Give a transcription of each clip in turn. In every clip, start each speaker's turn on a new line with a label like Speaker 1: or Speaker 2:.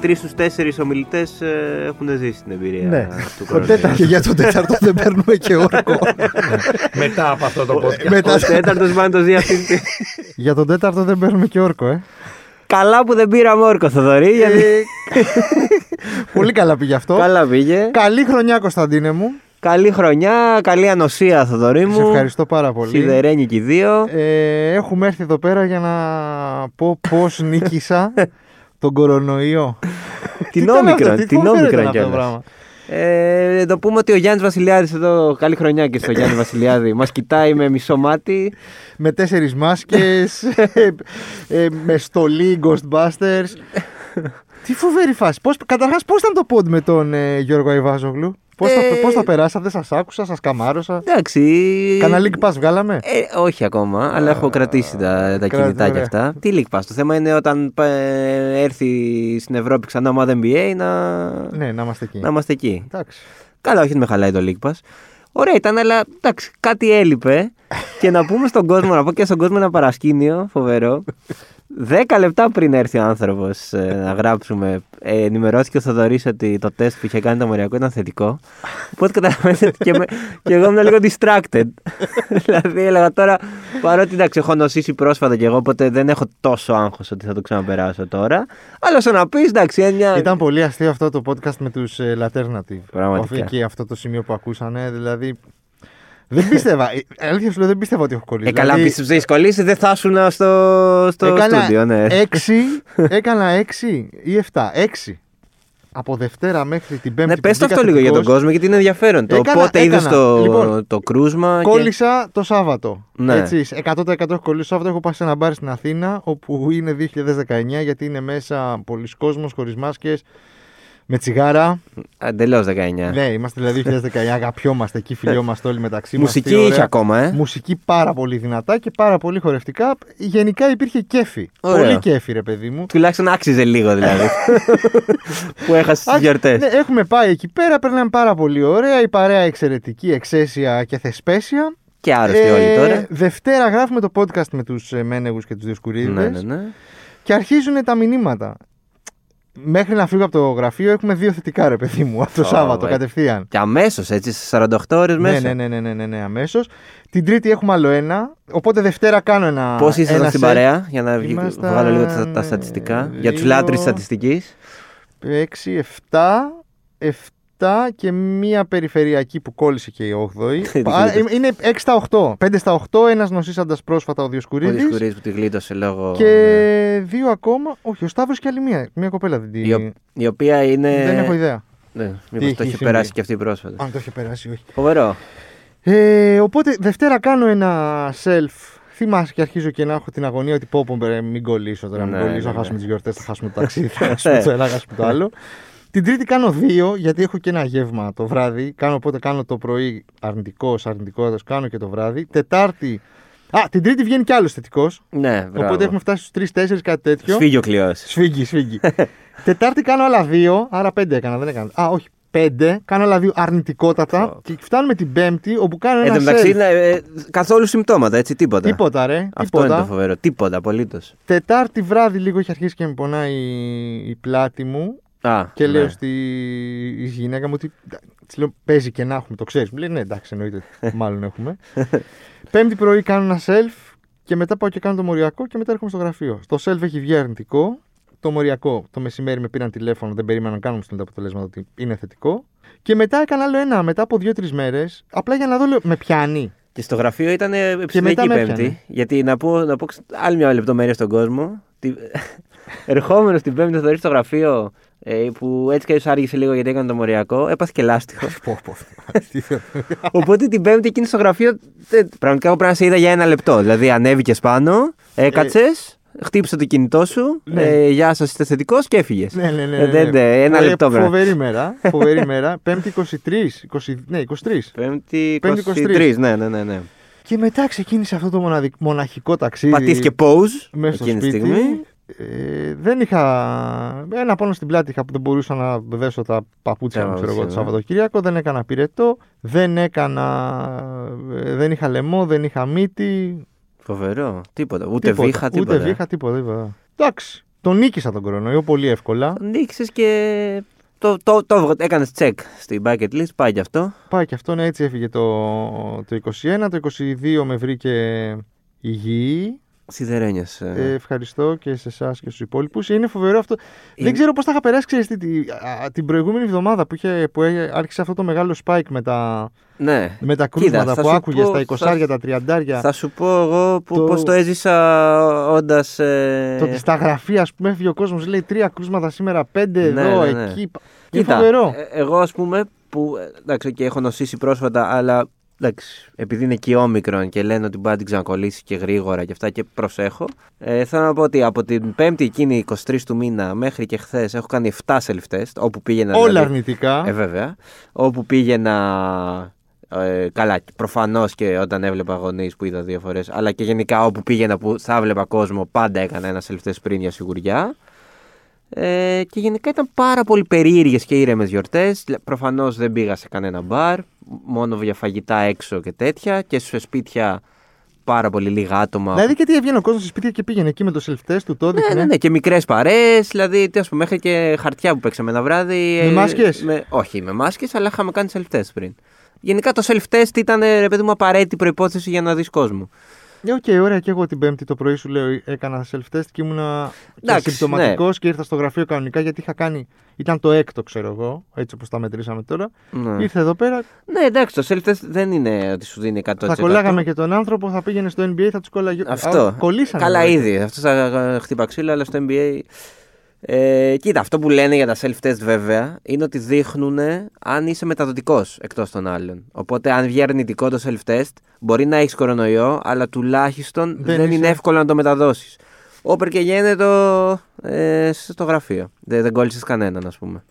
Speaker 1: τρεις στους τέσσερις ομιλητές έχουν ε, ζήσει την εμπειρία
Speaker 2: Ναι.
Speaker 1: του
Speaker 2: Το
Speaker 1: κορονοϊού.
Speaker 2: τέταρτο. Και για το τέταρτο δεν παίρνουμε και όρκο.
Speaker 3: Μετά από αυτό το podcast.
Speaker 2: Μετά...
Speaker 1: Ο τέταρτος μάλλον το ζει αυτή τη-
Speaker 2: για τον τέταρτο δεν παίρνουμε και όρκο, ε.
Speaker 1: Καλά που δεν πήραμε όρκο, Θοδωρή, γιατί
Speaker 2: Ε, Πολύ καλά πήγε αυτό.
Speaker 1: καλά πήγε.
Speaker 2: Καλή χρονιά, Κωνσταντίνε μου.
Speaker 1: Καλή χρονιά, καλή ανοσία, Θοδωρή μου.
Speaker 2: Σε ευχαριστώ πάρα πολύ.
Speaker 1: Σιδερένη και οι δύο.
Speaker 2: Ε, έχουμε έρθει εδώ πέρα για να πω πώς νίκησα τον κορονοϊό.
Speaker 1: Την
Speaker 2: ήταν αυτό,
Speaker 1: όμικρον,
Speaker 2: τι
Speaker 1: την
Speaker 2: κόφερε ήταν
Speaker 1: όμικρον
Speaker 2: αυτό το
Speaker 1: κιόλας.
Speaker 2: πράγμα.
Speaker 1: Ε, το πούμε ότι ο Γιάννης Βασιλιάδης εδώ, καλή χρονιά και στο Γιάννη Βασιλιάδη, μας κοιτάει με μισό μάτι.
Speaker 2: με τέσσερις μάσκες, ε, ε, με στολή Ghostbusters. Τι φοβερή φάση. Πώς, καταρχάς πώς ήταν το pod με τον ε, Γιώργο Αϊβάζογλου. Πώς,
Speaker 1: Ε, ε,
Speaker 2: τα, πώς τα περάσατε, σας άκουσα, σας καμάρωσα.
Speaker 1: Εντάξει.
Speaker 2: Κανα League Pass βγάλαμε.
Speaker 1: Ε, όχι ακόμα, αλλά έχω κρατήσει τα, τα
Speaker 2: κράτα,
Speaker 1: κινητά και
Speaker 2: ωραία.
Speaker 1: αυτά. Τι League Pass. Το θέμα είναι όταν ε, έρθει στην Ευρώπη ξανά ομάδα NBA να,
Speaker 2: ναι, να είμαστε εκεί.
Speaker 1: ε, να είμαστε εκεί.
Speaker 2: Εντάξει.
Speaker 1: Καλά, όχι, δεν με χαλάει το League Pass. Ωραία ήταν, αλλά εντάξει, κάτι έλειπε. και να πούμε στον κόσμο, να πω και στον κόσμο ένα παρασκήνιο φοβερό. Δέκα λεπτά πριν έρθει ο άνθρωπος να γράψουμε, ε, ενημερώθηκε ο Θοδωρής ότι το τεστ που είχε κάνει το μοριακό ήταν θετικό. Οπότε καταλαβαίνετε ότι και, με- και εγώ ήμουν λίγο distracted. δηλαδή έλεγα τώρα, παρότι εντάξει, έχω νοσήσει πρόσφατα κι εγώ, οπότε δεν έχω τόσο άγχος ότι θα το ξαναπεράσω τώρα. Αλλά όσο να πεις, εντάξει, είναι μια.
Speaker 2: Ήταν πολύ αστείο αυτό το podcast με τους ε, Laternative.
Speaker 1: Πραγματικά.
Speaker 2: Εκεί αυτό το σημείο που ακούσανε, δηλαδή... Δεν πίστευα. Ε, Αλήθεια σου λέω, δεν πίστευα ότι έχω κολλήσει.
Speaker 1: Ε, καλά,
Speaker 2: Δηλαδή,
Speaker 1: πίστεψε δυσκολίε, δεν θα ήσουν στο, στο
Speaker 2: έκανα
Speaker 1: στούντιο, ναι.
Speaker 2: Έξι, έκανα έξι ή εφτά. Έξι. Από Δευτέρα μέχρι την Πέμπτη.
Speaker 1: ναι,
Speaker 2: που
Speaker 1: πες το
Speaker 2: μπήκα
Speaker 1: αυτό λίγο για τον
Speaker 2: θετικός,
Speaker 1: κόσμο, γιατί είναι ενδιαφέρον. Το
Speaker 2: Έκανα-
Speaker 1: πότε είδες
Speaker 2: έκανα.
Speaker 1: το,
Speaker 2: Λοιπόν,
Speaker 1: το κρούσμα. και-
Speaker 2: Κόλλησα το Σάββατο.
Speaker 1: Ναι.
Speaker 2: Έτσι, 100% έχω κολλήσει το Σάββατο. Έχω πάει σε ένα μπαρ στην Αθήνα, όπου είναι 2019, γιατί είναι μέσα πολλοί κόσμος, χωρίς μάσκες, με τσιγάρα.
Speaker 1: Α, εντελώς 19.
Speaker 2: Ναι, είμαστε δηλαδή 2019, αγαπιόμαστε εκεί, φιλιόμαστε όλοι μεταξύ μας.
Speaker 1: Μουσική
Speaker 2: τι ωραία.
Speaker 1: είχε ακόμα, ε.
Speaker 2: Μουσική πάρα πολύ δυνατά και πάρα πολύ χορευτικά. Γενικά υπήρχε κέφι.
Speaker 1: Ωραίο.
Speaker 2: Πολύ κέφι, ρε παιδί μου.
Speaker 1: Τουλάχιστον άξιζε λίγο δηλαδή. που έχασες τις
Speaker 2: Άξι-
Speaker 1: γιορτές.
Speaker 2: Ναι, έχουμε πάει εκεί πέρα, περνάμε πάρα πολύ ωραία. Η παρέα εξαιρετική, εξαίσια και θεσπέσια. Ε,
Speaker 1: Και άρρωστοι όλοι τώρα.
Speaker 2: Δευτέρα γράφουμε το podcast με τους Μένεγους και τους Διοσκουρίδες.
Speaker 1: Ναι, ναι, ναι.
Speaker 2: Και αρχίζουν τα μηνύματα. Μέχρι να φύγω από το γραφείο, έχουμε δύο θετικά ρε παιδί μου από το
Speaker 1: Ω,
Speaker 2: Σάββατο
Speaker 1: βέ.
Speaker 2: κατευθείαν.
Speaker 1: Και αμέσως έτσι, σε 48 ώρες
Speaker 2: Ναι,
Speaker 1: μέσα.
Speaker 2: ναι, ναι, ναι, ναι, ναι, ναι αμέσως. Την Τρίτη έχουμε άλλο ένα. Οπότε Δευτέρα κάνω ένα.
Speaker 1: Πώς ήσασταν
Speaker 2: ένα
Speaker 1: στην
Speaker 2: set.
Speaker 1: παρέα, για να βγει-
Speaker 2: Ήμασταν,
Speaker 1: βγάλω λίγο τα, τα
Speaker 2: ε,
Speaker 1: στατιστικά. Για τους
Speaker 2: δύο.
Speaker 1: λάτρε στατιστική.
Speaker 2: 6, 7, 7 και μία περιφερειακή που κόλλησε και η 8η. Άρα
Speaker 1: γλίτωσε.
Speaker 2: είναι 6 στα 8. 5 στα 8, ένας νοσήσαντας πρόσφατα ο
Speaker 1: Ο
Speaker 2: Διοσκουρίδης.
Speaker 1: Δισκουρίδη που τη γλίτωσε λόγω. ναι.
Speaker 2: Και δύο ακόμα. Όχι, ο Σταύρος και άλλη μία. Μία κοπέλα δεν
Speaker 1: Η,
Speaker 2: την.
Speaker 1: ο- η οποία είναι.
Speaker 2: Δεν έχω ιδέα.
Speaker 1: Ναι, μήπως
Speaker 2: έχει
Speaker 1: το έχει
Speaker 2: συμβεί.
Speaker 1: περάσει και αυτή πρόσφατα.
Speaker 2: Αν το έχει περάσει, όχι.
Speaker 1: Φοβερό.
Speaker 2: Ε, οπότε Δευτέρα κάνω ένα self. Θυμάσαι και αρχίζω και να έχω την αγωνία ότι πω πω μπρε, μην κολλήσω τώρα, μην
Speaker 1: Ναι,
Speaker 2: κολλήσω,
Speaker 1: ναι,
Speaker 2: θα
Speaker 1: ναι.
Speaker 2: χάσουμε τις γιορτές, θα χάσουμε το ταξίδι, θα χάσουμε το ένα, θα χάσουμε το άλλο. Την τρίτη κάνω δύο, γιατί έχω και ένα γεύμα το βράδυ, κάνω, οπότε κάνω το πρωί αρνητικός, αρνητικός, κάνω και το βράδυ. Τετάρτη, α, την τρίτη βγαίνει κι άλλος θετικός,
Speaker 1: Ναι, μπράβο.
Speaker 2: οπότε έχουμε φτάσει στους τρεις-τέσσερις κάτι τέτοιο.
Speaker 1: Σφίγγει ο κλειός.
Speaker 2: Σφίγγει, σφίγγει. Τετάρτη κάνω άλλα δύο, άρα πέντε έκανα, δεν έκανα. Α, όχι, πέντε. Κάνω άλλα δύο αρνητικότατα.
Speaker 1: Ω.
Speaker 2: και φτάνουμε την Πέμπτη όπου κάνω
Speaker 1: Εν
Speaker 2: ένα
Speaker 1: τω μεταξύ,
Speaker 2: self.
Speaker 1: είναι, ε, καθόλου συμπτώματα, έτσι, τίποτα.
Speaker 2: Τίποτα, ρε.
Speaker 1: Αυτό
Speaker 2: τίποτα.
Speaker 1: είναι το φοβερό. Τίποτα, απολύτως.
Speaker 2: Τετάρτη βράδυ λίγο έχει αρχίσει και με πονάει η- η πλάτη μου
Speaker 1: Α,
Speaker 2: και
Speaker 1: ναι.
Speaker 2: λέω στη στη γυναίκα μου ότι. Τη λέω παίζει και να έχουμε, το ξέρεις. Μου λέει ναι, εντάξει, εννοείται. μάλλον έχουμε. Πέμπτη πρωί κάνω ένα self και μετά πάω και κάνω το μοριακό και μετά έρχομαι στο γραφείο. Το self έχει βγει αρνητικό. Το μοριακό το μεσημέρι με πήραν τηλέφωνο, δεν περίμεναν καν να μου στείλουν τα αποτελέσματα ότι είναι θετικό. Και μετά έκανα άλλο ένα, μετά από δύο-τρει μέρες, απλά για να δω, λέω, με πιάνει.
Speaker 1: Και στο γραφείο ήταν ε,
Speaker 2: μετά
Speaker 1: ψηφιακή
Speaker 2: με
Speaker 1: Πέμπτη.
Speaker 2: έπιανε.
Speaker 1: Γιατί να πω, να πω ξ- άλλη μια λεπτομέρεια στον κόσμο. Τι- Ερχόμενος την Πέμπτη, θα στο γραφείο ε, που έτσι και έτσι άργησε λίγο γιατί έκανε το μοριακό. Έπαθε και λάστιχος.
Speaker 2: Πω, πω.
Speaker 1: Οπότε την Πέμπτη εκείνη στο γραφείο. τε- Πραγματικά εγώ πρέπει να σε είδα για ένα λεπτό. Δηλαδή ανέβηκες πάνω, έκατσες, χτύπησε το κινητό σου.
Speaker 2: Ε, Ναι.
Speaker 1: Ε, γεια σας, είστε θετικός και έφυγες.
Speaker 2: Ναι, ναι, ναι.
Speaker 1: Ε, δεν- δεν, ένα
Speaker 2: Φοβε-
Speaker 1: λεπτό πρέπει.
Speaker 2: Φοβερή μέρα. Φοβερή μέρα. Πέμπτη 23. 20, ναι, 23.
Speaker 1: Πέμπτη
Speaker 2: Πέμπτη
Speaker 1: 23. Ναι, ναι, ναι. ναι.
Speaker 2: Και μετά ξεκίνησε αυτό το μοναδικ- μοναχικό ταξίδι.
Speaker 1: Πατήθηκε pause
Speaker 2: μέσα στο
Speaker 1: εκείνη τη
Speaker 2: σπίτι.
Speaker 1: στιγμή.
Speaker 2: Ε, δεν είχα. Ένα πόνο στην πλάτη είχα που δεν μπορούσα να δέσω τα παπούτσια
Speaker 1: Τα
Speaker 2: μου ξέρω εγώ, το
Speaker 1: παπούτσια, ναι.
Speaker 2: Σαββατοκύριακο. Δεν έκανα πυρετό. Δεν έκανα. ε, Δεν είχα λαιμό, δεν είχα μύτη.
Speaker 1: Φοβερό. Τίποτα. Ούτε
Speaker 2: τίποτα.
Speaker 1: βήχα, τίποτα. ε.
Speaker 2: Ούτε βήχα, τίποτα. τίποτα. Εντάξει. Τον νίκησα τον κορονοϊό πολύ εύκολα.
Speaker 1: Νίκησες και. Το, το, το, έκανε check στην bucket list, πάει και αυτό.
Speaker 2: Πάει και αυτό, ναι, έτσι έφυγε το, το 21. Το 22 με βρήκε υγιή.
Speaker 1: Σιδερένιας.
Speaker 2: Ε, ευχαριστώ και σε εσάς και στους υπόλοιπους. Είναι φοβερό αυτό.
Speaker 1: Είναι-
Speaker 2: Δεν ξέρω πώς θα είχα περάσει, ξέρεις, τι, τι- α, την προηγούμενη εβδομάδα που, είχε, που έ- άρχισε αυτό το μεγάλο spike με τα,
Speaker 1: ναι.
Speaker 2: με
Speaker 1: Κοίτα,
Speaker 2: τα κρούσματα
Speaker 1: θα
Speaker 2: που
Speaker 1: σου
Speaker 2: άκουγες,
Speaker 1: πω-
Speaker 2: τα 20 τα 30
Speaker 1: Θα σου πω εγώ που,
Speaker 2: Το-
Speaker 1: πώς το έζησα όντας... ε,
Speaker 2: Το ότι στα γραφεία, ας πούμε, έφυγε ο κόσμος, λέει τρία κρούσματα σήμερα, πέντε
Speaker 1: Ναι,
Speaker 2: εδώ,
Speaker 1: ναι, ναι.
Speaker 2: εκεί. Είναι
Speaker 1: Κοίτα,
Speaker 2: φοβερό.
Speaker 1: ε, εγώ ας πούμε που ε, εντάξει και έχω νοσήσει πρόσφατα αλλά εντάξει, επειδή είναι και όμικρον και λένε ότι μπορεί να την ξανακολλήσει και γρήγορα και αυτά και προσέχω ε, θέλω να πω ότι από την πέμπτη εκείνη 23 του μήνα μέχρι και χθες έχω κάνει 7 self test όπου πήγαινα
Speaker 2: Όλα
Speaker 1: δηλαδή,
Speaker 2: αρνητικά.
Speaker 1: Ε, βέβαια. Όπου πήγαινα. Ε, καλά, προφανώς και όταν έβλεπα γονείς που είδα δύο φορές, αλλά και γενικά όπου πήγαινα που θα έβλεπα κόσμο, πάντα έκανα ένα self-test πριν για σιγουριά. Ε, και γενικά ήταν πάρα πολύ περίεργες και ήρεμες γιορτές. Προφανώς δεν πήγα σε κανένα μπαρ, μόνο για φαγητά έξω και τέτοια. Και σε σπίτια πάρα πολύ λίγα άτομα.
Speaker 2: Δηλαδή και τι έβγαινε ο κόσμος στη σπίτια και πήγαινε εκεί με το self-test του, το
Speaker 1: Ναι,
Speaker 2: έδειχνε.
Speaker 1: ναι, ναι, και μικρές παρέες. Δηλαδή, τι ας πούμε, μέχρι και χαρτιά που παίξαμε ένα βράδυ. ε,
Speaker 2: Με μάσκες?
Speaker 1: με- όχι, με μάσκες, αλλά είχαμε κάνει self-test πριν. Γενικά το self-test ήταν, ε, ρε παιδί μου, απαραίτητη προπόθεση για να δεις κόσμο.
Speaker 2: Ε, Οκ, ωραία, και εγώ την Πέμπτη το πρωί σου λέω έκανα self-test και ήμουνα
Speaker 1: Εντάξει, ναι.
Speaker 2: συμπτωματικός και ήρθα στο γραφείο κανονικά γιατί είχα κάνει. Ήταν το έκτο, ξέρω εγώ, έτσι όπως τα μετρήσαμε τώρα.
Speaker 1: Ναι.
Speaker 2: Ήρθε εδώ πέρα,
Speaker 1: Ναι, εντάξει, το self-test δεν είναι ότι σου δίνει 100%.
Speaker 2: θα κολλάγαμε και τον άνθρωπο, θα πήγαινε στο NBA, θα τους κολλάγει.
Speaker 1: Αυτό.
Speaker 2: Α, Κολλήσανε. δηλαδή.
Speaker 1: Καλά,
Speaker 2: βέβαια.
Speaker 1: ήδη. Αυτός θα χτύπα ξύλο, αλλά στο NBA. Ε, κοίτα, αυτό που λένε για τα self-test βέβαια είναι ότι δείχνουν αν είσαι μεταδοτικός εκτός των άλλων. Οπότε, αν βγει αρνητικό το self-test, μπορεί να έχεις κορονοϊό, αλλά τουλάχιστον
Speaker 2: Δεν
Speaker 1: δεν,
Speaker 2: είσαι.
Speaker 1: είναι εύκολο να το μεταδώσεις. Όπερ και γίνεται ε, στο γραφείο. Δεν, δεν κόλλησες κανέναν, ας πούμε.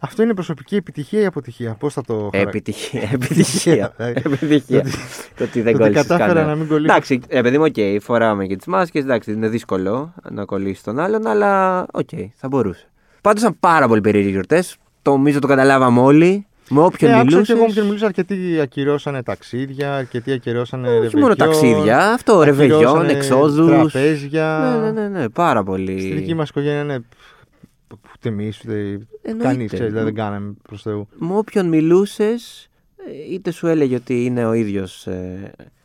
Speaker 2: Αυτό είναι προσωπική επιτυχία ή αποτυχία. Πώς θα το.
Speaker 1: Ε,
Speaker 2: χαρα-
Speaker 1: Επιτυχία. Επιτυχία.
Speaker 2: δηλαδή.
Speaker 1: Επιτυχία. Το ότι δεν
Speaker 2: το ότι
Speaker 1: κόλλησες.
Speaker 2: κατάφερα να μην κολλήσω.
Speaker 1: Εντάξει, ε, παιδί μου, οκ, φοράμε και τις μάσκες. Εντάξει, είναι δύσκολο να κολλήσεις τον άλλον, αλλά οκ, θα μπορούσε. Πάντως ήταν πάρα πολύ περίεργοι γιορτές. Το νομίζω το καταλάβαμε όλοι. Με όποιον
Speaker 2: Ε, άκουσα
Speaker 1: μιλούσες.
Speaker 2: και εγώ με ποιον μιλούσα, αρκετοί ακυρώσανε ταξίδια, αρκετοί ακυρώσανε ρεβεγιόν.
Speaker 1: Όχι μόνο ταξίδια, αυτό, ρεβεγιόν,
Speaker 2: ακυρώσανε
Speaker 1: εξόδους.
Speaker 2: Τραπέζια.
Speaker 1: Ναι, ναι, ναι, ναι, πάρα πολύ.
Speaker 2: Στη δική μας οικογένεια, ναι. π- Ούτε εμεί, ούτε
Speaker 1: Εννοείται.
Speaker 2: κανείς, δηλαδή δεν κάναμε προς Θεού.
Speaker 1: με όποιον μιλούσες, είτε σου έλεγε ότι είναι ο ίδιος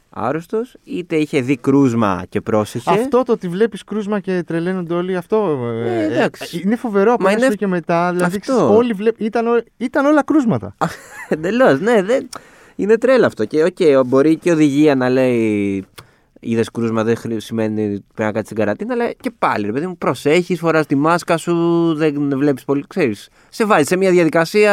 Speaker 1: άρρωστος, είτε είχε δει κρούσμα και πρόσεχε.
Speaker 2: Αυτό το ότι βλέπεις κρούσμα και τρελαίνονται όλοι, αυτό. ε,
Speaker 1: Ε, εντάξει.
Speaker 2: ε, είναι φοβερό από
Speaker 1: Μα
Speaker 2: ένα
Speaker 1: είναι-
Speaker 2: σημείο και μετά. Δηλαδή,
Speaker 1: Αυτό.
Speaker 2: ξέρεις, όλοι βλέπ... ήταν, ό- ήταν όλα κρούσματα.
Speaker 1: Εντελώς, ναι, δεν... είναι τρέλα αυτό. Και οκ, μπορεί και η οδηγία να λέει είδες κρούσμα, δεν χρει- σημαίνει ότι πρέπει να κάτσεις στην καραντίνα, αλλά και πάλι, ρε παιδί μου, προσέχεις, φοράς τη μάσκα σου, δεν βλέπεις πολύ. Ξέρεις, σε βάζει σε μια διαδικασία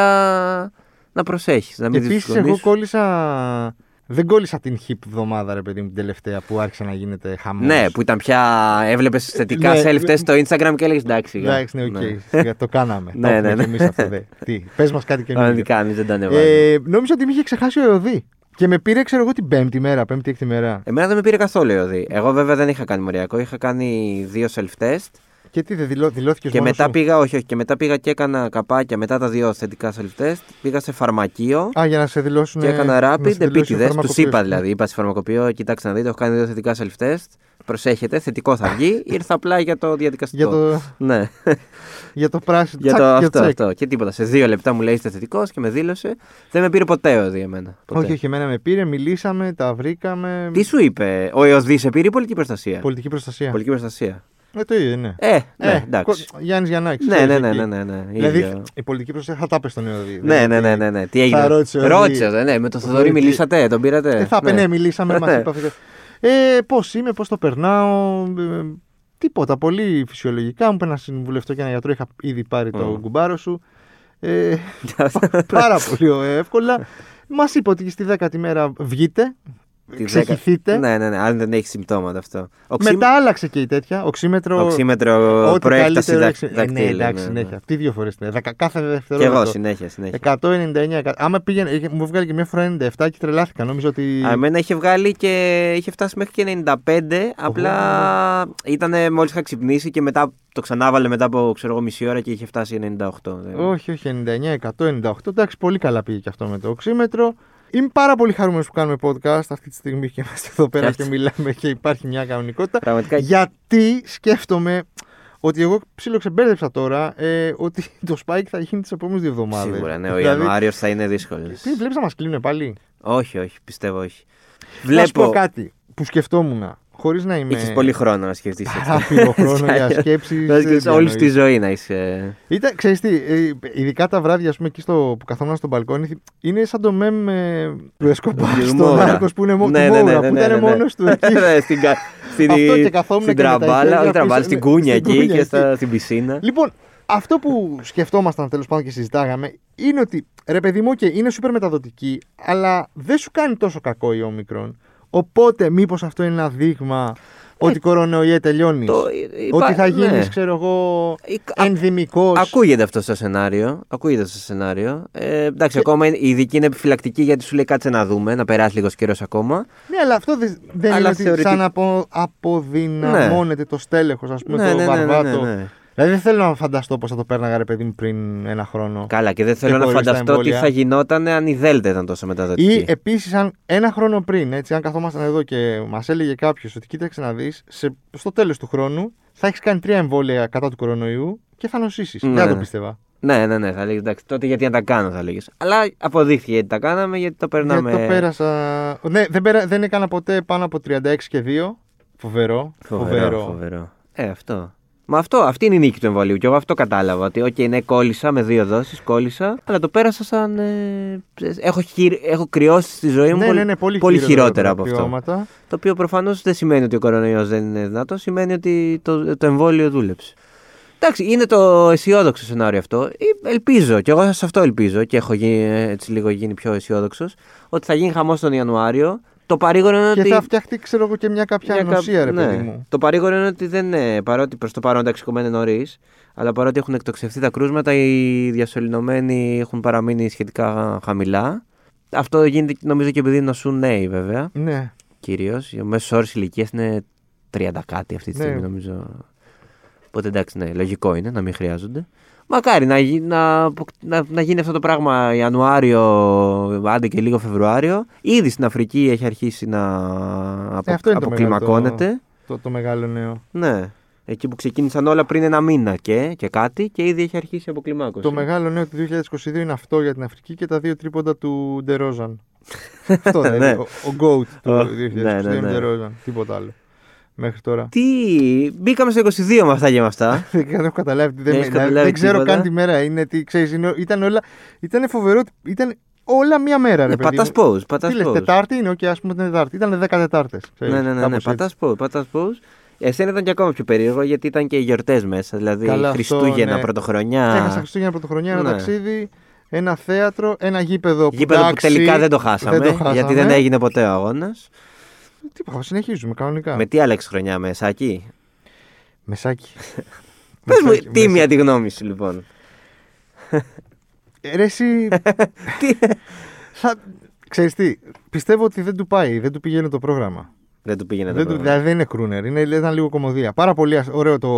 Speaker 1: να προσέχει. Να μην δεις τους
Speaker 2: Επίση,
Speaker 1: γονείς
Speaker 2: εγώ
Speaker 1: σου.
Speaker 2: κόλλησα. Δεν κόλλησα την hip εβδομάδα, ρε παιδί μου, την τελευταία που άρχισε να γίνεται χαμός.
Speaker 1: Ναι, που ήταν πια. Έβλεπες θετικά
Speaker 2: Ναι,
Speaker 1: self-test στο Instagram και έλεγες εντάξει. γεια».
Speaker 2: Εντάξει, ναι, οκ. σιγά, Το κάναμε.
Speaker 1: Ναι,
Speaker 2: το έχουμε
Speaker 1: ναι,
Speaker 2: κι
Speaker 1: ναι.
Speaker 2: εμείς αυτό, δε. Τι, πες μας κάτι
Speaker 1: Αλλά δεν
Speaker 2: καινούργιο.
Speaker 1: κάνεις, δεν τα ανεβάζει.
Speaker 2: Ε, νόμιζα ότι με είχε ξεχάσει ο Εωδή. Και με πήρε, ξέρω εγώ, την πέμπτη μέρα, πέμπτη-έκτη μέρα.
Speaker 1: Εμένα δεν με πήρε καθόλου η οδή. Εγώ βέβαια δεν είχα κάνει μοριακό. Είχα κάνει δύο self-test.
Speaker 2: Και τι, δεν δηλώ, δηλώθηκες
Speaker 1: Και
Speaker 2: μόνος
Speaker 1: μετά
Speaker 2: σου?
Speaker 1: πήγα, όχι, όχι, και μετά πήγα και έκανα καπάκια μετά τα δύο θετικά self-test. Πήγα σε φαρμακείο
Speaker 2: Α, για να σε δηλώσουν.
Speaker 1: και έκανα rapid επίτηδε. Του είπα
Speaker 2: είπα
Speaker 1: δηλαδή, είπα στη φαρμακοποιό, κοιτάξτε να δείτε, έχω κάνει δύο θετικά self-test. Προσέχετε, θετικό θα βγει. Ήρθα απλά για το διαδικαστικό.
Speaker 2: Για το,
Speaker 1: Ναι,
Speaker 2: για το πράσινο.
Speaker 1: για
Speaker 2: τσακ,
Speaker 1: το αυτό,
Speaker 2: τσεκ.
Speaker 1: αυτό. Και τίποτα. Σε δύο λεπτά μου λέει είστε θετικός και με δήλωσε. Δεν με πήρε ποτέ ο Ιωδή εμένα. Ποτέ.
Speaker 2: Όχι, όχι, εμένα με πήρε, μιλήσαμε, τα βρήκαμε.
Speaker 1: Τι σου είπε, Ο Ιωδή σε πήρε ή πολιτική προστασία.
Speaker 2: Πολιτική προστασία.
Speaker 1: Πολιτική προστασία.
Speaker 2: Ε, το ίδιο είναι.
Speaker 1: Ε, ναι,
Speaker 2: Ε,
Speaker 1: εντάξει.
Speaker 2: κο- Γιάννης Γιαννάκης.
Speaker 1: Ναι,
Speaker 2: ξέρεις,
Speaker 1: ναι, ναι,
Speaker 2: εκεί.
Speaker 1: ναι, ναι, ναι. ίδιο.
Speaker 2: Δηλαδή η πολιτική προστασία θα τα πες στον Εωδή.
Speaker 1: Ναι,
Speaker 2: δηλαδή,
Speaker 1: ναι, ναι, ναι, ναι. Τι έγινε.
Speaker 2: Θα ρώτησε ο Δη-
Speaker 1: Ρώτησε, ναι, ναι. Με τον Θοδωρή
Speaker 2: Δη-
Speaker 1: μιλήσατε, τον πήρατε.
Speaker 2: Ε, θα πει, ναι, μιλήσαμε, μας
Speaker 1: Ναι.
Speaker 2: είπε αυτό. Ε, πώς είμαι, πώς το περνάω, ε, τίποτα, πολύ φυσιολογικά. Μου είπε ένα συμβουλευτό και ένα γιατρό, είχα ήδη πάρει το
Speaker 1: Μμμ.
Speaker 2: κουμπάρο σου. Ε, πάρα πολύ εύκολα. Μας είπε ότι στη δέκατη μέρα βγείτε,
Speaker 1: Τη
Speaker 2: ξεχυθείτε.
Speaker 1: δέκα- Ναι, ναι, ναι. Αν δεν έχει συμπτώματα αυτό. Οξύ...
Speaker 2: Μετά άλλαξε και η τέτοια. Οξύμετρο.
Speaker 1: Οξύμετρο
Speaker 2: ό,τι
Speaker 1: προέκταση
Speaker 2: καλύτερο
Speaker 1: δακ-
Speaker 2: έχει- Ε, Ναι,
Speaker 1: δακτύλου.
Speaker 2: εντάξει, συνέχεια. Αυτή δύο φορές την έδωσα. Κάθε
Speaker 1: Και εγώ
Speaker 2: δευτερόλεπτο.
Speaker 1: συνέχεια, συνέχεια.
Speaker 2: 199. εκα- Άμα πήγαινε, είχε- μου βγάλε και μια φορά 97 και τρελάθηκα. Νόμιζα ότι.
Speaker 1: Α, Εμένα είχε βγάλει και είχε φτάσει μέχρι και 95, απλά ήταν μόλις είχα ξυπνήσει και μετά το ξανάβαλε μετά από ξέρω εγώ, μισή ώρα και είχε φτάσει 98. δεν-
Speaker 2: Όχι, όχι, 99, 198. Εντάξει, πολύ καλά πήγε και αυτό με το οξύμετρο. Είμαι πάρα πολύ χαρούμενος που κάνουμε podcast αυτή τη στιγμή και είμαστε εδώ πέρα και
Speaker 1: αυτό.
Speaker 2: μιλάμε και υπάρχει μια κανονικότητα.
Speaker 1: Πραγματικά.
Speaker 2: Γιατί σκέφτομαι ότι εγώ ψιλοξεμπέρδεψα τώρα ε, ότι το Spike θα γίνει τις επόμενες δύο εβδομάδες.
Speaker 1: Σίγουρα, ναι, ο Ιανουάριος θα είναι δύσκολος.
Speaker 2: Τι βλέπεις να μας κλείνουν πάλι.
Speaker 1: Όχι, όχι, πιστεύω όχι.
Speaker 2: Να σου πω
Speaker 1: Βλέπω.
Speaker 2: κάτι που σκεφτόμουν. Χωρίς να είμαι.
Speaker 1: Είχε πολύ χρόνο να σκεφτείς.
Speaker 2: παράθυρο χρόνο για σκέψεις, δεν
Speaker 1: Όλη
Speaker 2: διανοείς.
Speaker 1: τη ζωή να είσαι.
Speaker 2: Ήταν, ξέρεις τι, ε, ειδικά τα βράδια ας πούμε, εκεί στο, που καθόμουν στο μπαλκόνι, είναι σαν το μεμ ε, του Εσκομπάρ
Speaker 1: Του
Speaker 2: στον
Speaker 1: Μόουρα.
Speaker 2: Νάρκος που είναι μόνο
Speaker 1: Ναι, ναι, ναι, ναι,
Speaker 2: που
Speaker 1: ναι,
Speaker 2: ήταν
Speaker 1: ναι, ναι.
Speaker 2: μόνος του εκεί.
Speaker 1: Ναι, στην κα- στην-
Speaker 2: Αυτό και καθόμουν
Speaker 1: Στην
Speaker 2: και με τα
Speaker 1: τραμπάλα,
Speaker 2: χέρια
Speaker 1: όχι τραμπάλα,
Speaker 2: πίσω,
Speaker 1: στην
Speaker 2: ναι,
Speaker 1: κούνια
Speaker 2: στην
Speaker 1: εκεί
Speaker 2: κούνια
Speaker 1: και
Speaker 2: εκεί.
Speaker 1: στα- στην πισίνα.
Speaker 2: Λοιπόν, αυτό που σκεφτόμασταν τέλος πάντων και συζητάγαμε είναι ότι ρε παιδί μου, και είναι σούπερ μεταδοτική, αλλά δεν σου κάνει τόσο κακό η όμικρον. Οπότε, μήπως αυτό είναι ένα δείγμα ότι κορονοϊέ τελειώνεις.
Speaker 1: Ε, το- υπά-
Speaker 2: Ότι θα γίνει,
Speaker 1: ναι.
Speaker 2: ξέρω εγώ,
Speaker 1: Η- α-
Speaker 2: ενδημικό.
Speaker 1: Ακούγεται αυτό στο σενάριο. Ακούγεται στο σενάριο. Ε, εντάξει, ακόμα είναι- οι ειδικοί είναι επιφυλακτικοί γιατί σου λέει κάτσε να δούμε, να περάσει λίγος καιρός ακόμα.
Speaker 2: Ναι, αλλά αυτό δεν, δεν
Speaker 1: Αλλά
Speaker 2: είναι ότι
Speaker 1: θεωρητικ-
Speaker 2: σαν να απο, αποδυναμώνεται το στέλεχος, ας πούμε,
Speaker 1: Ναι,
Speaker 2: το
Speaker 1: ναι, ναι, ναι,
Speaker 2: βαρβάτο.
Speaker 1: ναι, ναι.
Speaker 2: Δηλαδή δεν θέλω να φανταστώ πώς θα το πέρναγα ρε παιδί μου πριν ένα χρόνο.
Speaker 1: Καλά, και δεν θέλω να
Speaker 2: χωρίς τα
Speaker 1: φανταστώ τι
Speaker 2: εμβόλια.
Speaker 1: θα γινόταν αν η Δέλτα ήταν τόσο
Speaker 2: Ή ε-
Speaker 1: μεταδοτική.
Speaker 2: επίσης, αν ένα χρόνο πριν, έτσι, αν καθόμασταν εδώ και μας έλεγε κάποιος ότι κοίταξε να δεις, στο τέλος του χρόνου θα έχεις κάνει τρία εμβόλια κατά του κορονοϊού και θα νοσήσεις.
Speaker 1: Ναι,
Speaker 2: δεν θα το
Speaker 1: ναι.
Speaker 2: πίστευα.
Speaker 1: Ναι, ναι, ναι, θα λέγε εντάξει, τότε γιατί να τα κάνω, θα λέγε. Αλλά αποδείχθηκε γιατί τα κάναμε, γιατί το
Speaker 2: Γιατί
Speaker 1: περνάμε.
Speaker 2: το πέρασα. Ναι, δεν, πέρα... δεν έκανα ποτέ πάνω από 36 και 2. Φοβερό.
Speaker 1: Φοβερό, φοβερό. Ε, αυτό. Μα αυτό, αυτή είναι η νίκη του εμβολίου. Και εγώ αυτό κατάλαβα. Ότι, οκ, ναι, κόλλησα με δύο δόσεις, κόλλησα, αλλά το πέρασα σαν. Ε, έχω, χειρ- έχω κρυώσει στη ζωή μου
Speaker 2: Ναι, ναι, ναι, πολύ,
Speaker 1: χειρότερα από αυτό.
Speaker 2: βιώματα.
Speaker 1: Το οποίο προφανώς δεν σημαίνει ότι ο κορονοϊός δεν είναι δυνατό, σημαίνει ότι το, το εμβόλιο δούλεψε. Εντάξει, είναι το αισιόδοξο σενάριο αυτό. Ε, Ελπίζω, και εγώ σε αυτό ελπίζω και έχω γίνει, ε, έτσι λίγο γίνει πιο αισιόδοξος, ότι θα γίνει χαμός τον Ιανουάριο. Το παρήγορο είναι
Speaker 2: Και
Speaker 1: ότι.
Speaker 2: θα φτιαχτεί, ξέρω εγώ, και μια κάποια
Speaker 1: Μια κα-
Speaker 2: ανοσία, ρε
Speaker 1: ναι.
Speaker 2: παιδί μου.
Speaker 1: Το παρήγορο είναι ότι δεν είναι, παρότι προς το παρόν τα ξεκομμένοι νωρίς, αλλά παρότι έχουν εκτοξευτεί τα κρούσματα, οι διασωληνωμένοι έχουν παραμείνει σχετικά χαμηλά. Αυτό γίνεται νομίζω και επειδή νοσούν νέοι βέβαια,
Speaker 2: Ναι.
Speaker 1: κυρίως. Ο μέσος όρος ηλικίας είναι 30 κάτι αυτή τη
Speaker 2: Ναι.
Speaker 1: στιγμή νομίζω. Οπότε εντάξει, ναι, λογικό είναι να μην χρειάζονται. Μακάρι να, γι- να, αποκ- να, να γίνει αυτό το πράγμα Ιανουάριο, άντε και λίγο Φεβρουάριο. Ήδη στην Αφρική έχει αρχίσει να απο-
Speaker 2: Ε, αυτό είναι το
Speaker 1: αποκλιμακώνεται.
Speaker 2: μεγάλο Το, το μεγάλο νέο.
Speaker 1: Ναι. Εκεί που ξεκίνησαν όλα πριν ένα μήνα και, και κάτι και ήδη έχει αρχίσει η αποκλιμάκωση.
Speaker 2: Το μεγάλο νέο του 2022 είναι αυτό για την Αφρική και τα δύο τρίποντα του Ντερόζαν. αυτό δεν είναι.
Speaker 1: Ναι.
Speaker 2: ο, ο GOAT
Speaker 1: Ο-
Speaker 2: του 2022
Speaker 1: ναι, ναι,
Speaker 2: είναι
Speaker 1: ναι.
Speaker 2: ο Ντερόζαν. Τίποτα άλλο. Μέχρι τώρα.
Speaker 1: Τι. Μπήκαμε στο 22 με αυτά και με αυτά.
Speaker 2: Δεν έχω καταλάβει τι δεν,
Speaker 1: Έχεις
Speaker 2: δηλαδή,
Speaker 1: καταλάβει
Speaker 2: δεν ξέρω
Speaker 1: τίποτα.
Speaker 2: καν τι μέρα είναι. Τι, ξέρεις, είναι- ήταν όλα. Ήταν φοβερό. ότι Ήταν όλα μία μέρα, ρε
Speaker 1: ναι,
Speaker 2: παιδί.
Speaker 1: πατάς
Speaker 2: μου.
Speaker 1: pause.
Speaker 2: Τι
Speaker 1: Πατάς
Speaker 2: λες,
Speaker 1: pause.
Speaker 2: Τετάρτη είναι, όχι, ας πούμε την Τετάρτη. Ήταν 10 Τετάρτες.
Speaker 1: Ναι, ναι, ναι, ναι. Πατάς pause. Πατάς pause. Εσένα ήταν και ακόμα πιο περίεργο γιατί ήταν και οι γιορτές μέσα. Δηλαδή
Speaker 2: Καλά, αυτό,
Speaker 1: Χριστούγεννα,
Speaker 2: ναι.
Speaker 1: Πρωτοχρονιά.
Speaker 2: Έχασα Χριστούγεννα πρωτοχρονιά, ένα
Speaker 1: Ναι.
Speaker 2: ταξίδι, ένα θέατρο, ένα γήπεδο που,
Speaker 1: Γήπεδο που
Speaker 2: εντάξει,
Speaker 1: τελικά δεν το, χάσαμε,
Speaker 2: δεν το χάσαμε.
Speaker 1: γιατί δεν έγινε ποτέ ο αγώνας.
Speaker 2: Τι είπα, συνεχίζουμε κανονικά.
Speaker 1: Με τι άλλαξε χρονιά με σάκι.
Speaker 2: Μεσάκι.
Speaker 1: Πε
Speaker 2: Μεσάκι,
Speaker 1: μου, τίμια τη γνώμη σου λοιπόν.
Speaker 2: μεσάκι. Ρε εσύ,
Speaker 1: Τι-
Speaker 2: θα... ξέρεις τι, πιστεύω ότι δεν του πάει, δεν του πηγαίνει το πρόγραμμα.
Speaker 1: Ε, δεν του πήγαινε το
Speaker 2: Δεν, του,
Speaker 1: πρόγραμμα.
Speaker 2: δηλαδή δεν είναι κρούνερ, είναι, ήταν λίγο κομμωδία. Πάρα πολύ ασ- ωραίο το,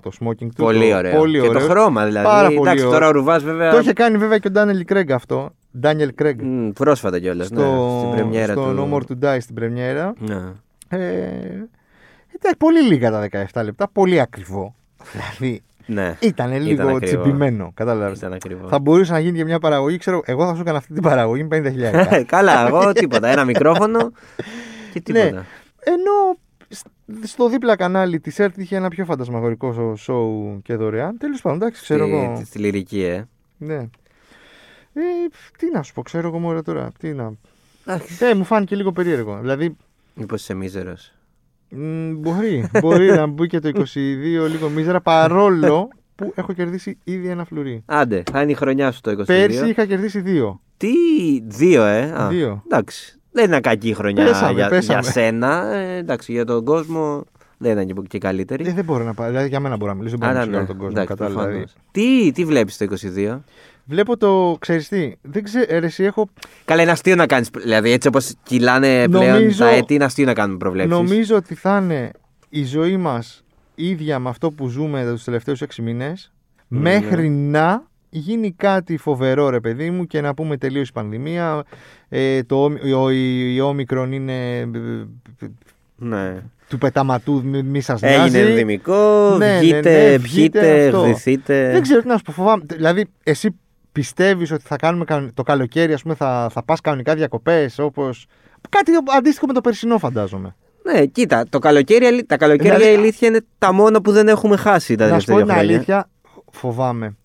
Speaker 2: το smoking του.
Speaker 1: Πολύ
Speaker 2: το,
Speaker 1: ωραίο.
Speaker 2: Πολύ
Speaker 1: και το
Speaker 2: ωραίο.
Speaker 1: χρώμα δηλαδή.
Speaker 2: Πάρα πολύ
Speaker 1: Εντάξει,
Speaker 2: ωραίο.
Speaker 1: τώρα ο Ρουβάς βέβαια.
Speaker 2: Το είχε κάνει βέβαια και ο Ντάνιελ Κρέγκ αυτό. Ντάνιελ Κρέγκ.
Speaker 1: Μ, πρόσφατα κιόλας.
Speaker 2: στο,
Speaker 1: Ναι, στην πρεμιέρα
Speaker 2: στο
Speaker 1: του.
Speaker 2: No More to Die στην πρεμιέρα.
Speaker 1: Ναι.
Speaker 2: Ε, εντάξει, πολύ λίγα τα 17 λεπτά, πολύ ακριβό. Δηλαδή,
Speaker 1: ναι.
Speaker 2: ήταν λίγο
Speaker 1: ακριβό.
Speaker 2: τσιμπημένο, κατάλαβες.
Speaker 1: Ήταν ακριβό.
Speaker 2: Θα μπορούσε να γίνει και μια παραγωγή, ξέρω, εγώ θα σου έκανα αυτή την παραγωγή με
Speaker 1: Ναι.
Speaker 2: 50.000.
Speaker 1: Καλά, εγώ τίποτα. Ένα μικρόφωνο και τίποτα.
Speaker 2: Ναι. Ενώ σ- στο δίπλα κανάλι της ΕΡΤ είχε ένα πιο φαντασμαγορικό σοου και δωρεάν. Τέλος πάντων, εντάξει,
Speaker 1: Στη,
Speaker 2: ξέρω εγώ.
Speaker 1: στη λυρική, ε.
Speaker 2: Ναι. Ε, τι να σου πω, ξέρω εγώ μόνο τώρα. Τι να...
Speaker 1: Εντάξει.
Speaker 2: Ε, μου φάνηκε λίγο περίεργο. Δηλαδή,
Speaker 1: Μήπως είσαι μίζερος.
Speaker 2: Μ, μπορεί. μπορεί να μπει και το 22 λίγο μίζερα παρόλο που έχω κερδίσει ήδη ένα φλουρί.
Speaker 1: Άντε, θα είναι η χρονιά σου το 22.
Speaker 2: Πέρσι είχα κερδίσει δύο.
Speaker 1: Τι. Δύο, ε. Α,
Speaker 2: Δύο.
Speaker 1: Εντάξει. Δεν ήταν κακή η χρονιά
Speaker 2: Πέσαμε,
Speaker 1: για,
Speaker 2: πέσαμε.
Speaker 1: για σένα. Ε, εντάξει, για τον κόσμο δεν ήταν και- και καλύτερη.
Speaker 2: Ε, δεν μπορώ να πάω. Δηλαδή για μένα μπορώ να μιλήσω. Δεν μπορώ να
Speaker 1: Άρα, ναι.
Speaker 2: μιλήσω για τον κόσμο.
Speaker 1: Εντάξει,
Speaker 2: Κατάλαβα.
Speaker 1: προφανώς.
Speaker 2: δηλαδή.
Speaker 1: Τι, τι βλέπεις το 22.
Speaker 2: Βλέπω το. Ξέρεις τι. Δεν ξέρω. Ρε, εσύ έχω.
Speaker 1: Καλά, είναι αστείο να κάνεις. Δηλαδή, έτσι όπως κυλάνε πλέον
Speaker 2: Νομίζω-
Speaker 1: τα έτη, είναι αστείο να κάνουμε προβλέψεις.
Speaker 2: Νομίζω ότι θα είναι η ζωή μας ίδια με αυτό που ζούμε τους τελευταίους 6 μήνε. Μέχρι να γίνει κάτι φοβερό, ρε παιδί μου, και να πούμε τελείωσε η πανδημία. Ε, το, όμι- ο, η, η όμικρον είναι. ε,
Speaker 1: Ναι.
Speaker 2: του πεταματού μη, μη σας νοιάζει.
Speaker 1: Έγινε ενδυμικό,
Speaker 2: Ναι, ναι,
Speaker 1: βγείτε,
Speaker 2: ναι,
Speaker 1: πιείτε,
Speaker 2: βγείτε, αυτό.
Speaker 1: γδυθείτε.
Speaker 2: Δεν ξέρω τι να σου πω. Φοβάμαι. Δηλαδή, εσύ πιστεύεις ότι θα κάνουμε καν- το καλοκαίρι, ας πούμε, θα, θα πας κανονικά διακοπές όπως. Κάτι αντίστοιχο με το περσινό, φαντάζομαι.
Speaker 1: Ναι, κοίτα, το καλοκαίρι, αλη- τα καλοκαίρια
Speaker 2: Δηλαδή-
Speaker 1: η αλήθεια είναι τα μόνα που δεν έχουμε χάσει τα
Speaker 2: να σου πω
Speaker 1: τελευταία
Speaker 2: την
Speaker 1: χρόνια.
Speaker 2: αλήθεια, φοβάμαι.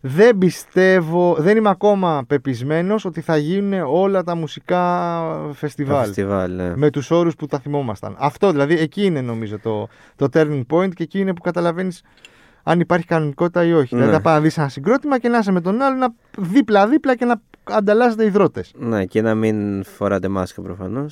Speaker 2: Δεν πιστεύω, δεν είμαι ακόμα πεπισμένος ότι θα γίνουν όλα τα μουσικά
Speaker 1: Τα
Speaker 2: φεστιβάλ.
Speaker 1: φεστιβάλ, ναι.
Speaker 2: Με τους όρους που τα θυμόμασταν. Αυτό δηλαδή, εκεί είναι νομίζω το, το turning point και εκεί είναι που καταλαβαίνεις αν υπάρχει κανονικότητα ή όχι.
Speaker 1: Ναι.
Speaker 2: Δηλαδή, θα πάει να δεις ένα συγκρότημα και να είσαι με τον άλλο να δίπλα-δίπλα και να ανταλλάσσετε υδρότες.
Speaker 1: Ναι, και να μην φοράτε μάσκα προφανώς.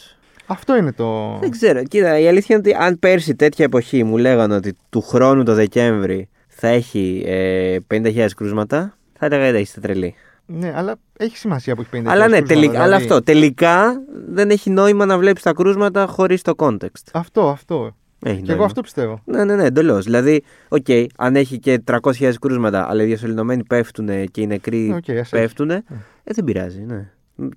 Speaker 2: Αυτό είναι το.
Speaker 1: Δεν ξέρω. Κοίτα, η αλήθεια είναι ότι αν πέρσι τέτοια εποχή μου λέγανε ότι του χρόνου το Δεκέμβρη θα έχει ε, 50.000 κρούσματα, θα έλεγα εντάξει, είστε τρελοί.
Speaker 2: Ναι, αλλά έχει σημασία που έχει 50
Speaker 1: Αλλά ναι,
Speaker 2: κρούσματα,
Speaker 1: τελικά,
Speaker 2: δηλαδή.
Speaker 1: αλλά αυτό. Τελικά δεν έχει νόημα να βλέπεις τα κρούσματα χωρίς το context.
Speaker 2: Αυτό, αυτό.
Speaker 1: Έχει
Speaker 2: Και
Speaker 1: νόημα.
Speaker 2: εγώ αυτό πιστεύω.
Speaker 1: Ναι, ναι, ναι, εντελώς. Δηλαδή, οκ, αν έχει και 300.000 κρούσματα, αλλά οι διασωληνωμένοι πέφτουν και οι νεκροί
Speaker 2: Ναι, οκ, ας έχει.
Speaker 1: πέφτουν, ε, δεν πειράζει, ναι.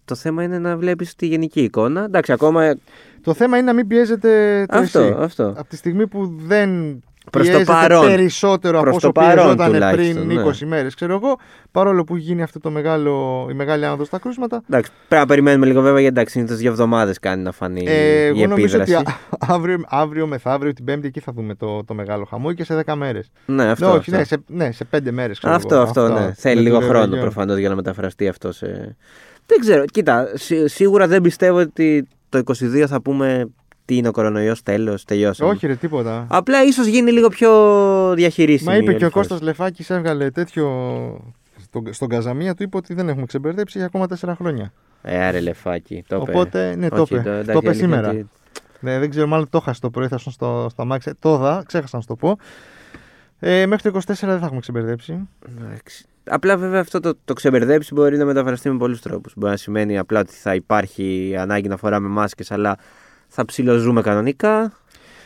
Speaker 1: Το θέμα είναι να βλέπεις τη γενική εικόνα. Εντάξει, ακόμα. ε,
Speaker 2: Το θέμα είναι να μην πιέζεται το
Speaker 1: Αυτό,
Speaker 2: εσύ.
Speaker 1: αυτό.
Speaker 2: Από τη στιγμή που δεν
Speaker 1: Προς το
Speaker 2: πιέζεται
Speaker 1: παρόν.
Speaker 2: περισσότερο
Speaker 1: Προς
Speaker 2: από
Speaker 1: το
Speaker 2: όσο
Speaker 1: παρόν
Speaker 2: πιέζονταν
Speaker 1: τουλάχιστον,
Speaker 2: πριν
Speaker 1: ναι.
Speaker 2: 20 μέρες, ξέρω εγώ, παρόλο που γίνει αυτό το μεγάλο, η μεγάλη άνοδος στα κρούσματα,
Speaker 1: Εντάξει, πρέπει να περιμένουμε λίγο βέβαια γιατί εντάξει, συνήθω δύο εβδομάδες κάνει να φανεί
Speaker 2: ε,
Speaker 1: η
Speaker 2: εγώ νομίζω ότι
Speaker 1: επίδραση.
Speaker 2: α- αύριο, αύριο μεθαύριο, την Πέμπτη, εκεί θα δούμε το, το μεγάλο χαμό και σε 10 μέρες.
Speaker 1: Ναι, αυτό.
Speaker 2: Ναι, όχι,
Speaker 1: αυτό.
Speaker 2: Ναι, σε, ναι, σε 5 μέρες, ξέρω
Speaker 1: Αυτό,
Speaker 2: εγώ.
Speaker 1: αυτό,
Speaker 2: Αυτά,
Speaker 1: ναι. Θέλει
Speaker 2: με
Speaker 1: λίγο
Speaker 2: το
Speaker 1: χρόνο
Speaker 2: Euroregion.
Speaker 1: προφανώς για να μεταφραστεί αυτό σε. Δεν ξέρω. Κοίτα, σι- σίγουρα δεν πιστεύω ότι το 22 θα πούμε τι είναι ο κορονοϊός, τέλος, τελειώσαμε.
Speaker 2: Όχι ρε, τίποτα.
Speaker 1: Απλά ίσως γίνει λίγο πιο διαχειρίσιμη.
Speaker 2: Μα είπε
Speaker 1: η
Speaker 2: και ο
Speaker 1: όλη
Speaker 2: Κώστας Λεφάκης έβγαλε τέτοιο στον, στον Καζαμία του είπε ότι δεν έχουμε ξεμπερδέψει για ακόμα 4 χρόνια.
Speaker 1: φάση. Ε, άρε λεφάκι. Το είπε.
Speaker 2: Οπότε, ναι, το
Speaker 1: Όχι,
Speaker 2: είπε.
Speaker 1: εντάξει,
Speaker 2: Το είπε
Speaker 1: αλήθεια
Speaker 2: σήμερα.
Speaker 1: ότι-
Speaker 2: Ναι, δεν ξέρω, μάλλον το έχασα το πρωί, θα ήσουν στο, στο αμάξι. Ε, Το δα, ξέχασα να σου το πω. Ε, μέχρι το 24 δεν θα έχουμε ξεμπερδέψει.
Speaker 1: Εντάξει. Απλά βέβαια αυτό το, το ξεμπερδέψει μπορεί να μεταφραστεί με πολλούς τρόπους. Μπορεί να σημαίνει απλά ότι θα υπάρχει ανάγκη να φοράμε μάσκες αλλά θα ψιλοζούμε κανονικά.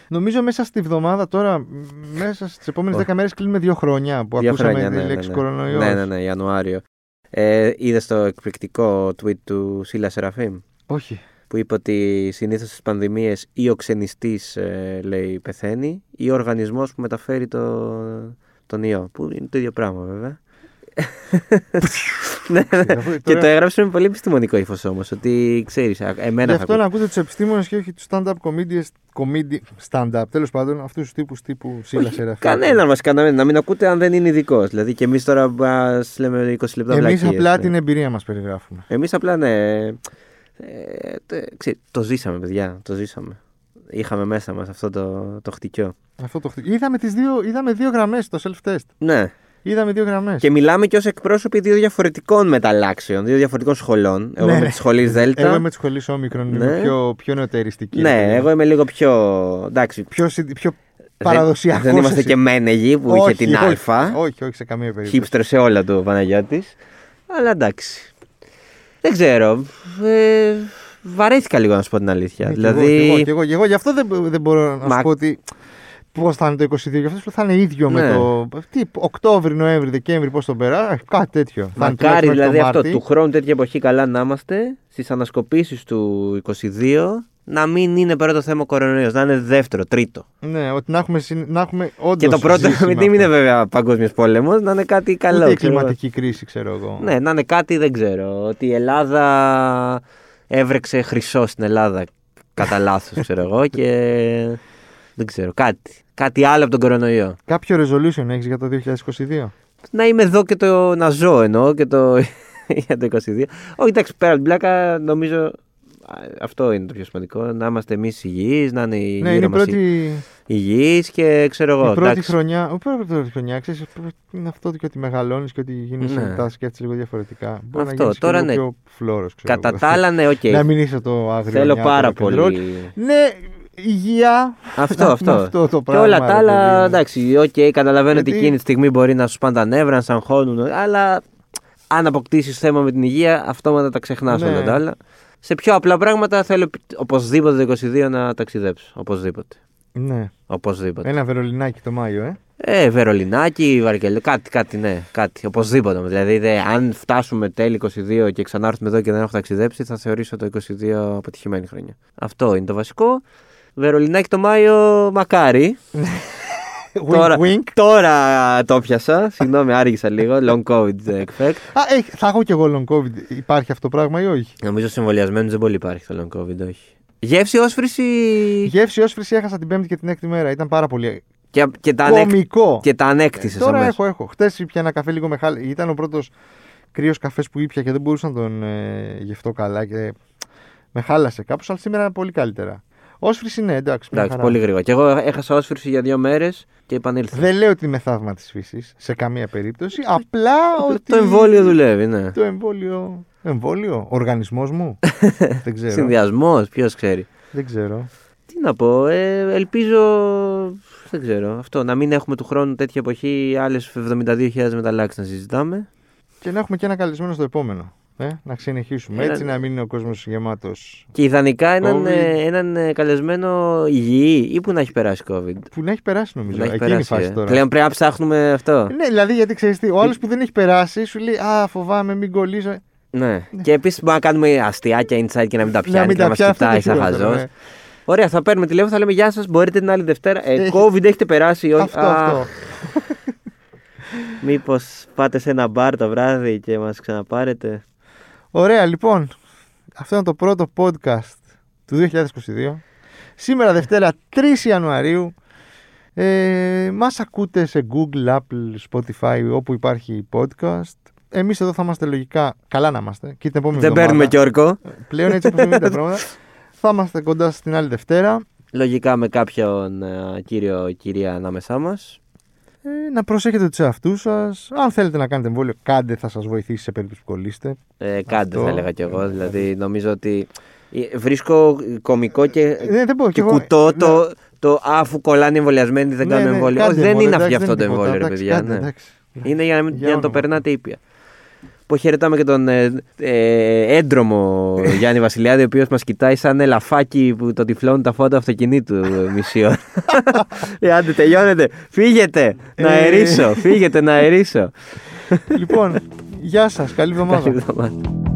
Speaker 2: Νομίζω μέσα στη βδομάδα τώρα, μ, μέσα στις επόμενες
Speaker 1: Ω.
Speaker 2: 10 μέρες κλείνουμε δύο χρόνια που
Speaker 1: Δύο
Speaker 2: ακούσαμε
Speaker 1: χρόνια,
Speaker 2: τη
Speaker 1: ναι, ναι,
Speaker 2: λέξη
Speaker 1: ναι.
Speaker 2: κορονοϊός.
Speaker 1: Ναι, ναι, ναι, Ιανουάριο. Ε, Είδες το εκπληκτικό tweet του Σίλα Σεραφείμ
Speaker 2: Όχι.
Speaker 1: που είπε ότι συνήθως στις πανδημίες ή ο ξενιστής λέει πεθαίνει ή ο οργανισμός που μεταφέρει το, τον ιό. Που είναι το ίδιο πράγμα βέβαια. ναι, ναι.
Speaker 2: Αφού
Speaker 1: Και
Speaker 2: τώρα-
Speaker 1: το έγραψε με πολύ επιστημονικό ύφος όμως. Ότι ξέρεις, εμένα
Speaker 2: Γι'
Speaker 1: θα
Speaker 2: αυτό
Speaker 1: ακούτε.
Speaker 2: να ακούτε τους επιστήμονες και όχι τους stand-up comedians. Comedy, stand-up, τέλος πάντων, αυτούς τους τύπους τύπου Σίλα Σεραφείμ.
Speaker 1: Κανένα μα κανένα. Να μην ακούτε αν δεν είναι ειδικός. Δηλαδή και εμείς τώρα ας λέμε 20 λεπτά
Speaker 2: Εμείς
Speaker 1: βλακίες,
Speaker 2: απλά
Speaker 1: ναι.
Speaker 2: την εμπειρία μας περιγράφουμε.
Speaker 1: Εμείς απλά ναι. ε, ε, τε- ξέρεις, το ζήσαμε, παιδιά. Το ζήσαμε. Είχαμε μέσα μας αυτό το, το χτυκιό.
Speaker 2: Αυτό το χτυ- είδαμε, τις δύο, είδαμε δύο γραμμές στο self-test.
Speaker 1: Ναι.
Speaker 2: Είδαμε δύο γραμμές.
Speaker 1: Και μιλάμε και ως εκπρόσωποι δύο διαφορετικών μεταλλάξεων, δύο διαφορετικών σχολών. Εγώ
Speaker 2: Ναι,
Speaker 1: με
Speaker 2: ναι.
Speaker 1: τη σχολή Δέλτα.
Speaker 2: Εγώ είμαι τη σχολή Όμικρον,
Speaker 1: Ναι.
Speaker 2: είμαι πιο, πιο νεωτεριστική.
Speaker 1: Ναι, εγώ είμαι λίγο πιο. Εντάξει.
Speaker 2: Πιο, συν- πιο
Speaker 1: δεν-
Speaker 2: παραδοσιακός.
Speaker 1: Δεν είμαστε και μένεγοι που είχε την Α.
Speaker 2: Όχι, όχι, σε καμία περίπτωση.
Speaker 1: Χίπστερ σε όλα του ο Παναγιώτης. Αλλά εντάξει. Δεν ξέρω. Ε, βαρέθηκα λίγο να σου πω την αλήθεια.
Speaker 2: Ναι, κι εγώ,
Speaker 1: δηλαδή.
Speaker 2: κι εγώ, κι εγώ, κι εγώ, γι' αυτό δεν, δεν μπορώ να
Speaker 1: Μα-
Speaker 2: σου πω ότι. Πώς θα είναι το 22, γι' αυτό σου λέω θα είναι ίδιο
Speaker 1: Ναι.
Speaker 2: με το. Τι, Οκτώβρη, Νοέμβρη, Δεκέμβρη, πώς τον περάσει. Κάτι τέτοιο. Θα είναι
Speaker 1: Μακάρι
Speaker 2: τουλάχιστον
Speaker 1: δηλαδή
Speaker 2: το
Speaker 1: αυτό
Speaker 2: Μάρτι.
Speaker 1: του χρόνου τέτοια εποχή καλά να είμαστε στις ανασκοπήσεις του 22 να μην είναι πρώτο θέμα ο κορονοϊός, να είναι δεύτερο, τρίτο.
Speaker 2: Ναι, ότι να έχουμε, συν- να έχουμε όντως
Speaker 1: και το πρώτο,
Speaker 2: ζήσει με
Speaker 1: μην
Speaker 2: αυτό.
Speaker 1: είναι βέβαια παγκόσμιος πόλεμος, να είναι κάτι καλό.
Speaker 2: Ούτε η
Speaker 1: ξέρω εγώ.
Speaker 2: κλιματική κρίση, ξέρω εγώ.
Speaker 1: Ναι, να είναι κάτι δεν ξέρω. Ότι η Ελλάδα έβρεξε χρυσό στην Ελλάδα κατά λάθος, ξέρω εγώ και. Δεν ξέρω, κάτι. Κάτι άλλο από τον κορονοϊό.
Speaker 2: Κάποιο resolution έχεις για το 2022.
Speaker 1: να είμαι εδώ και το να ζω εννοώ και το. για το 22. Όχι, εντάξει, πέρα από την πλάκα, νομίζω α, αυτό είναι το πιο σημαντικό. Να είμαστε εμείς υγιείς, να είναι η
Speaker 2: ναι,
Speaker 1: γύρω
Speaker 2: είναι η
Speaker 1: μας
Speaker 2: πρώτη,
Speaker 1: υγιή και ξέρω εγώ.
Speaker 2: η πρώτη
Speaker 1: εντάξει.
Speaker 2: χρονιά, η πρώτη, πρώτη χρονιά, ξέρεις, είναι αυτό ότι και ότι μεγαλώνεις και ότι γίνεις
Speaker 1: Ναι.
Speaker 2: ναι. μετά σκέφτεσαι λίγο διαφορετικά. Μπορεί να
Speaker 1: Αυτό,
Speaker 2: γίνεις και
Speaker 1: τώρα
Speaker 2: λίγο
Speaker 1: ναι.
Speaker 2: πιο φλόρος, ξέρω.
Speaker 1: Κατά
Speaker 2: εγώ.
Speaker 1: τα άλλα, ναι, οκ.
Speaker 2: Να μην είσαι το άγριο.
Speaker 1: Θέλω
Speaker 2: νιάτο,
Speaker 1: πάρα
Speaker 2: το κεντρό.
Speaker 1: πολύ.
Speaker 2: Ναι, υγεία.
Speaker 1: Αυτό,
Speaker 2: Να-
Speaker 1: αυτό.
Speaker 2: να αυτό το
Speaker 1: και
Speaker 2: πράγμα.
Speaker 1: όλα τα
Speaker 2: ρε παιδί
Speaker 1: άλλα,
Speaker 2: μου.
Speaker 1: εντάξει, οκ, καταλαβαίνω ότι
Speaker 2: Γιατί-
Speaker 1: εκείνη τη στιγμή μπορεί να σου πάνε τα νεύρα, να σ' αγχώνουν, αλλά αν αποκτήσεις θέμα με την υγεία, αυτόματα τα ξεχνάς
Speaker 2: Ναι.
Speaker 1: όλα τα άλλα. Σε πιο απλά πράγματα θέλω επι- οπωσδήποτε το 22 να ταξιδέψω. Οπωσδήποτε.
Speaker 2: Ναι.
Speaker 1: Οπωσδήποτε.
Speaker 2: Ένα βερολινάκι το Μάιο, ε.
Speaker 1: Ε, Βερολινάκι, Βαρκελόνη, κάτι, κάτι, ναι, κάτι. Οπωσδήποτε. Δηλαδή, δε, αν φτάσουμε τέλη 22 και ξανάρθουμε εδώ και δεν έχω ταξιδέψει, θα θεωρήσω το 22 αποτυχημένη χρονιά. Αυτό είναι το βασικό. Βερολινάκι το Μάιο, μακάρι. τώρα,
Speaker 2: Wink, wink.
Speaker 1: τώρα το πιάσα. Συγγνώμη, άργησα λίγο. Long COVID effect.
Speaker 2: Α, ε, θα έχω κι εγώ long COVID. Υπάρχει αυτό το πράγμα ή όχι.
Speaker 1: Νομίζω συμβολιασμένου δεν πολύ υπάρχει το long COVID, όχι. Γεύση, όσφρηση.
Speaker 2: Γεύση όσφρηση έχασα την πέμπτη και την έκτη μέρα. Ήταν πάρα πολύ
Speaker 1: Και, και τα, ανέκ...
Speaker 2: κωμικό.
Speaker 1: και τα ανέκτησες.
Speaker 2: Τώρα έχω, έχω. Χθε ήπια ένα καφέ λίγο με χάλη. Ήταν ο πρώτος κρύος καφές που ήπια και δεν μπορούσα να τον ε, γευτώ καλά και με χάλασε κάπως, αλλά σήμερα πολύ καλύτερα. Όσφρηση ναι, εντάξει. μια
Speaker 1: Εντάξει,
Speaker 2: χαρά.
Speaker 1: πολύ γρήγορα. Και εγώ έχασα όσφρηση για δύο μέρες και επανήλθα.
Speaker 2: Δεν λέω ότι είμαι θαύμα της φύσης σε καμία περίπτωση. Απλά ότι.
Speaker 1: Το εμβόλιο δουλεύει, ναι.
Speaker 2: Το εμβόλιο. Εμβόλιο, οργανισμός μου. δεν ξέρω.
Speaker 1: Συνδυασμός, ποιος ξέρει.
Speaker 2: δεν ξέρω.
Speaker 1: Τι να πω, ε, ελπίζω. Δεν ξέρω. Αυτό, να μην έχουμε του χρόνου τέτοια εποχή άλλες 72.000 μεταλλάξεις να συζητάμε.
Speaker 2: Και να έχουμε και ένα καλεσμένο στο επόμενο. Ε, να συνεχίσουμε
Speaker 1: Ένα-
Speaker 2: έτσι, να μην είναι ο κόσμος γεμάτος.
Speaker 1: Και ιδανικά έναν,
Speaker 2: COVID.
Speaker 1: ε, έναν ε, καλεσμένο υγιή ή που να έχει περάσει COVID.
Speaker 2: Που να έχει περάσει νομίζω.
Speaker 1: Να έχει
Speaker 2: Εκείνη η
Speaker 1: περάσει.
Speaker 2: φάση
Speaker 1: ε.
Speaker 2: τώρα.
Speaker 1: Πλέον πρέπει να ψάχνουμε αυτό.
Speaker 2: Ναι, δηλαδή γιατί ξέρεις τι, ο άλλος που δεν έχει περάσει σου λέει Α, φοβάμαι, μην κολλήσω.
Speaker 1: Ναι. Και επίσης μπορούμε να κάνουμε αστιάκια inside και να μην τα πιάνει
Speaker 2: Να μην
Speaker 1: και να
Speaker 2: τα
Speaker 1: μα
Speaker 2: πιάσει. αυτό
Speaker 1: κοιτάει
Speaker 2: είναι
Speaker 1: σαν
Speaker 2: χειρότερο,
Speaker 1: χαζό.
Speaker 2: ναι.
Speaker 1: Ωραία, θα παίρνουμε τηλέφωνο, θα λέμε Γεια σας, μπορείτε την άλλη Δευτέρα. Ε,
Speaker 2: Έχει-
Speaker 1: COVID έχετε περάσει, ή όχι.
Speaker 2: Αυτό, αυτό.
Speaker 1: Μήπως πάτε σε ένα μπαρ το βράδυ και μας ξαναπάρετε.
Speaker 2: Ωραία, λοιπόν. Αυτό ήταν το πρώτο podcast του 2022. Σήμερα Δευτέρα 3 Ιανουαρίου. Ε, μας ακούτε σε Google, Apple, Spotify, όπου υπάρχει podcast. Εμείς εδώ θα είμαστε λογικά, καλά να είμαστε, και την επόμενη
Speaker 1: Δεν
Speaker 2: εβδομάδα.
Speaker 1: παίρνουμε και όρκο.
Speaker 2: Πλέον έτσι όπως είναι τα πράγματα. Θα είμαστε κοντά στην άλλη Δευτέρα.
Speaker 1: Λογικά με κάποιον ε, κύριο ή κυρία ανάμεσά μας.
Speaker 2: Ε, να προσέχετε τους εαυτούς σας. Αν θέλετε να κάνετε εμβόλιο, κάντε, θα σας βοηθήσει σε περίπτωση που κολλήσετε.
Speaker 1: Ε, κάντε,
Speaker 2: Αυτό. Ε,
Speaker 1: θα έλεγα κι εγώ. Δηλαδή, νομίζω ότι ε, βρίσκω κωμικό και,
Speaker 2: Ε, δεν μπορώ,
Speaker 1: και
Speaker 2: κι εγώ-
Speaker 1: κουτό
Speaker 2: ναι.
Speaker 1: το, το αφού κολλάνε οι εμβολιασμένοι δεν κάνουν εμβόλιο.
Speaker 2: κάντε
Speaker 1: Όχι, δεν
Speaker 2: εμβόλιο,
Speaker 1: είναι
Speaker 2: εντάξει,
Speaker 1: αυτή αυτό το
Speaker 2: είναι τίποτα,
Speaker 1: εμβόλιο, ρε
Speaker 2: εντάξει,
Speaker 1: παιδιά.
Speaker 2: κάντε,
Speaker 1: ναι.
Speaker 2: εντάξει.
Speaker 1: Είναι για να, μην-
Speaker 2: Για
Speaker 1: για να το
Speaker 2: όνομα.
Speaker 1: περνάτε ήπια. Που χαιρετάμε και τον ε, ε, έντρομο Γιάννη Βασιλιάδη, ο οποίος μας κοιτάει σαν ελαφάκι που το τυφλώνουν τα φώτα αυτοκινήτου ε, μισή ώρα. Ε, Άντε, τελειώνετε. Φύγετε να
Speaker 2: Ε.
Speaker 1: αερίσω. Φύγετε να αερίσω.
Speaker 2: Λοιπόν, γεια σας, καλή εβδομάδα.
Speaker 1: Καλή εβδομάδα.